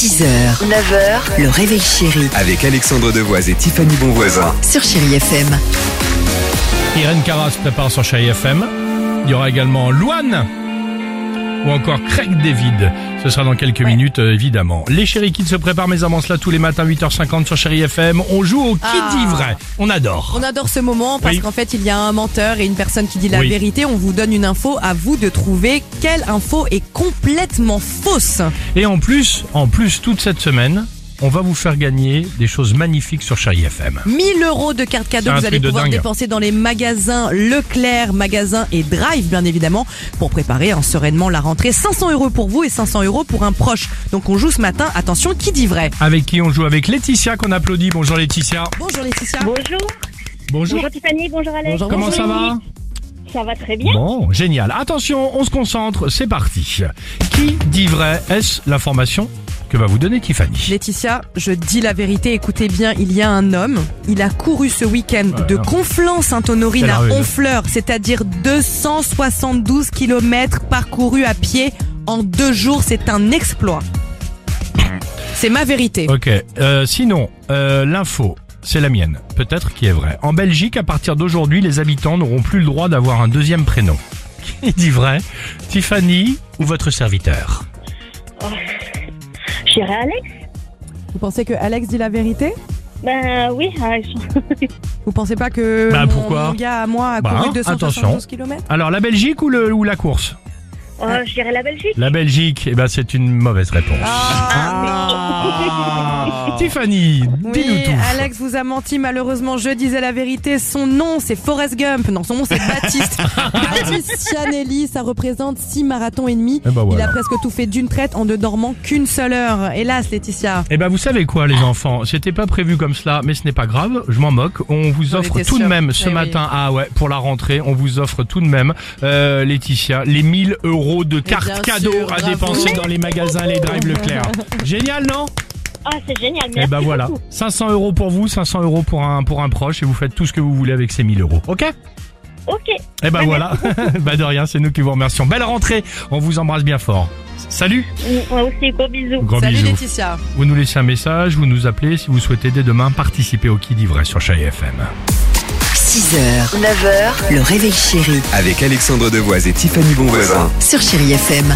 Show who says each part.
Speaker 1: 6h, 9h, le réveil chéri
Speaker 2: Avec Alexandre Devoise et Tiffany Bonvoisin.
Speaker 1: sur Chérie FM.
Speaker 3: Irène Cara se prépare sur Chérie FM. Il y aura également Louane ou encore Craig David. Ce sera dans quelques minutes, euh, évidemment. Les Chéri Kids se préparent, mes amants, là tous les matins, 8h50 sur Chérie FM. On joue au qui
Speaker 4: Ah.
Speaker 3: dit vrai. On adore.
Speaker 4: On adore ce moment parce
Speaker 3: Oui.
Speaker 4: qu'en fait, il y a un menteur et une personne qui dit la
Speaker 3: Oui.
Speaker 4: vérité. On vous donne une info, à vous de trouver quelle info est complètement fausse.
Speaker 3: Et en plus, en plus, toute cette semaine, on va vous faire gagner des choses magnifiques sur Chérie FM.
Speaker 4: 1000 euros de cartes
Speaker 3: C'est
Speaker 4: cadeaux
Speaker 3: un
Speaker 4: que vous
Speaker 3: truc
Speaker 4: allez
Speaker 3: de
Speaker 4: pouvoir
Speaker 3: dingue.
Speaker 4: dépenser dans les magasins Leclerc, magasins et Drive, bien évidemment, pour préparer hein, sereinement la rentrée. 500 euros pour vous et 500 euros pour un proche. Donc on joue ce matin. Attention, qui dit vrai
Speaker 3: Avec qui on joue Avec Laetitia qu'on applaudit. Bonjour Laetitia.
Speaker 4: Bonjour Laetitia.
Speaker 5: Bonjour.
Speaker 3: Bonjour.
Speaker 5: Bonjour Tiffany, bonjour Alex.
Speaker 4: Bonjour,
Speaker 3: Comment ça va
Speaker 5: Ça va très bien.
Speaker 3: Bon, génial. Attention, on se concentre, c'est parti. Qui dit vrai Est-ce l'information que va vous donner Tiffany
Speaker 4: Laetitia, je dis la vérité, écoutez bien, il y a un homme, il a couru ce week-end
Speaker 3: Ouais,
Speaker 4: de
Speaker 3: non.
Speaker 4: Conflans-Sainte-Honorine
Speaker 3: Quelle hein.
Speaker 4: à
Speaker 3: ruse.
Speaker 4: Honfleur, c'est-à-dire 272 kilomètres parcourus à pied en deux jours, c'est un exploit. C'est ma vérité.
Speaker 3: Ok, euh, sinon, euh, l'info, c'est la mienne, peut-être qui est vraie. En Belgique, à partir d'aujourd'hui, les habitants n'auront plus le droit d'avoir un deuxième prénom. Qui dit vrai Tiffany ou votre serviteur
Speaker 5: J'irai Alex.
Speaker 4: Vous pensez que Alex dit la vérité
Speaker 5: Ben oui, Alex.
Speaker 4: Vous pensez pas que
Speaker 3: Bah,
Speaker 4: mon-
Speaker 3: pourquoi
Speaker 4: mon gars à moi a
Speaker 3: Bah,
Speaker 4: couru
Speaker 3: hein,
Speaker 4: 272 kilomètres
Speaker 3: Alors, la Belgique ou, le, ou la course Ah.
Speaker 5: Oh, J'irai la Belgique.
Speaker 3: La Belgique, eh ben, c'est une mauvaise réponse.
Speaker 4: Ah,
Speaker 3: Tiffany, dis-nous
Speaker 4: Oui,
Speaker 3: tout.
Speaker 4: Alex vous a menti, malheureusement, je disais la vérité. Son nom, c'est Forrest Gump. Non, son nom, c'est Baptiste. Baptiste Chanelli, ça représente 6 marathons et demi.
Speaker 3: Eh ben, voilà.
Speaker 4: Il a presque tout fait d'une traite en ne dormant qu'une seule heure. Hélas, Laetitia.
Speaker 3: Eh ben vous savez quoi les enfants, c'était pas prévu comme cela, mais ce n'est pas grave, je m'en moque. On vous
Speaker 4: J'en
Speaker 3: offre
Speaker 4: étais
Speaker 3: tout de
Speaker 4: sûre.
Speaker 3: même ce
Speaker 4: Eh oui.
Speaker 3: matin, ah ouais, pour la rentrée, on vous offre tout de même, euh, Laetitia, les 1000 euros de cartes
Speaker 4: Eh bien
Speaker 3: cadeaux
Speaker 4: sûr,
Speaker 3: à
Speaker 4: bravo.
Speaker 3: dépenser dans les magasins, les drives Leclerc. Génial non
Speaker 5: Ah, c'est génial.
Speaker 3: Eh
Speaker 5: Merci
Speaker 3: ben voilà,
Speaker 5: beaucoup.
Speaker 3: 500 euros pour vous, 500 euros pour un pour un proche et vous faites tout ce que vous voulez avec ces 1000 euros, ok
Speaker 5: Ok.
Speaker 3: Eh ben voilà, bah de rien, c'est nous qui vous remercions. Belle rentrée, on vous embrasse bien fort. Salut,
Speaker 5: Moi aussi, gros bisous.
Speaker 3: gros
Speaker 4: Salut,
Speaker 3: bisous.
Speaker 4: Laetitia.
Speaker 3: Vous nous laissez un message, vous nous appelez si vous souhaitez dès demain participer au Qui dit vrai sur Chai FM.
Speaker 1: 6h, 9h, le réveil chéri
Speaker 2: Avec Alexandre Devoise et Tiffany Bonvoisin.
Speaker 1: sur Chérie FM.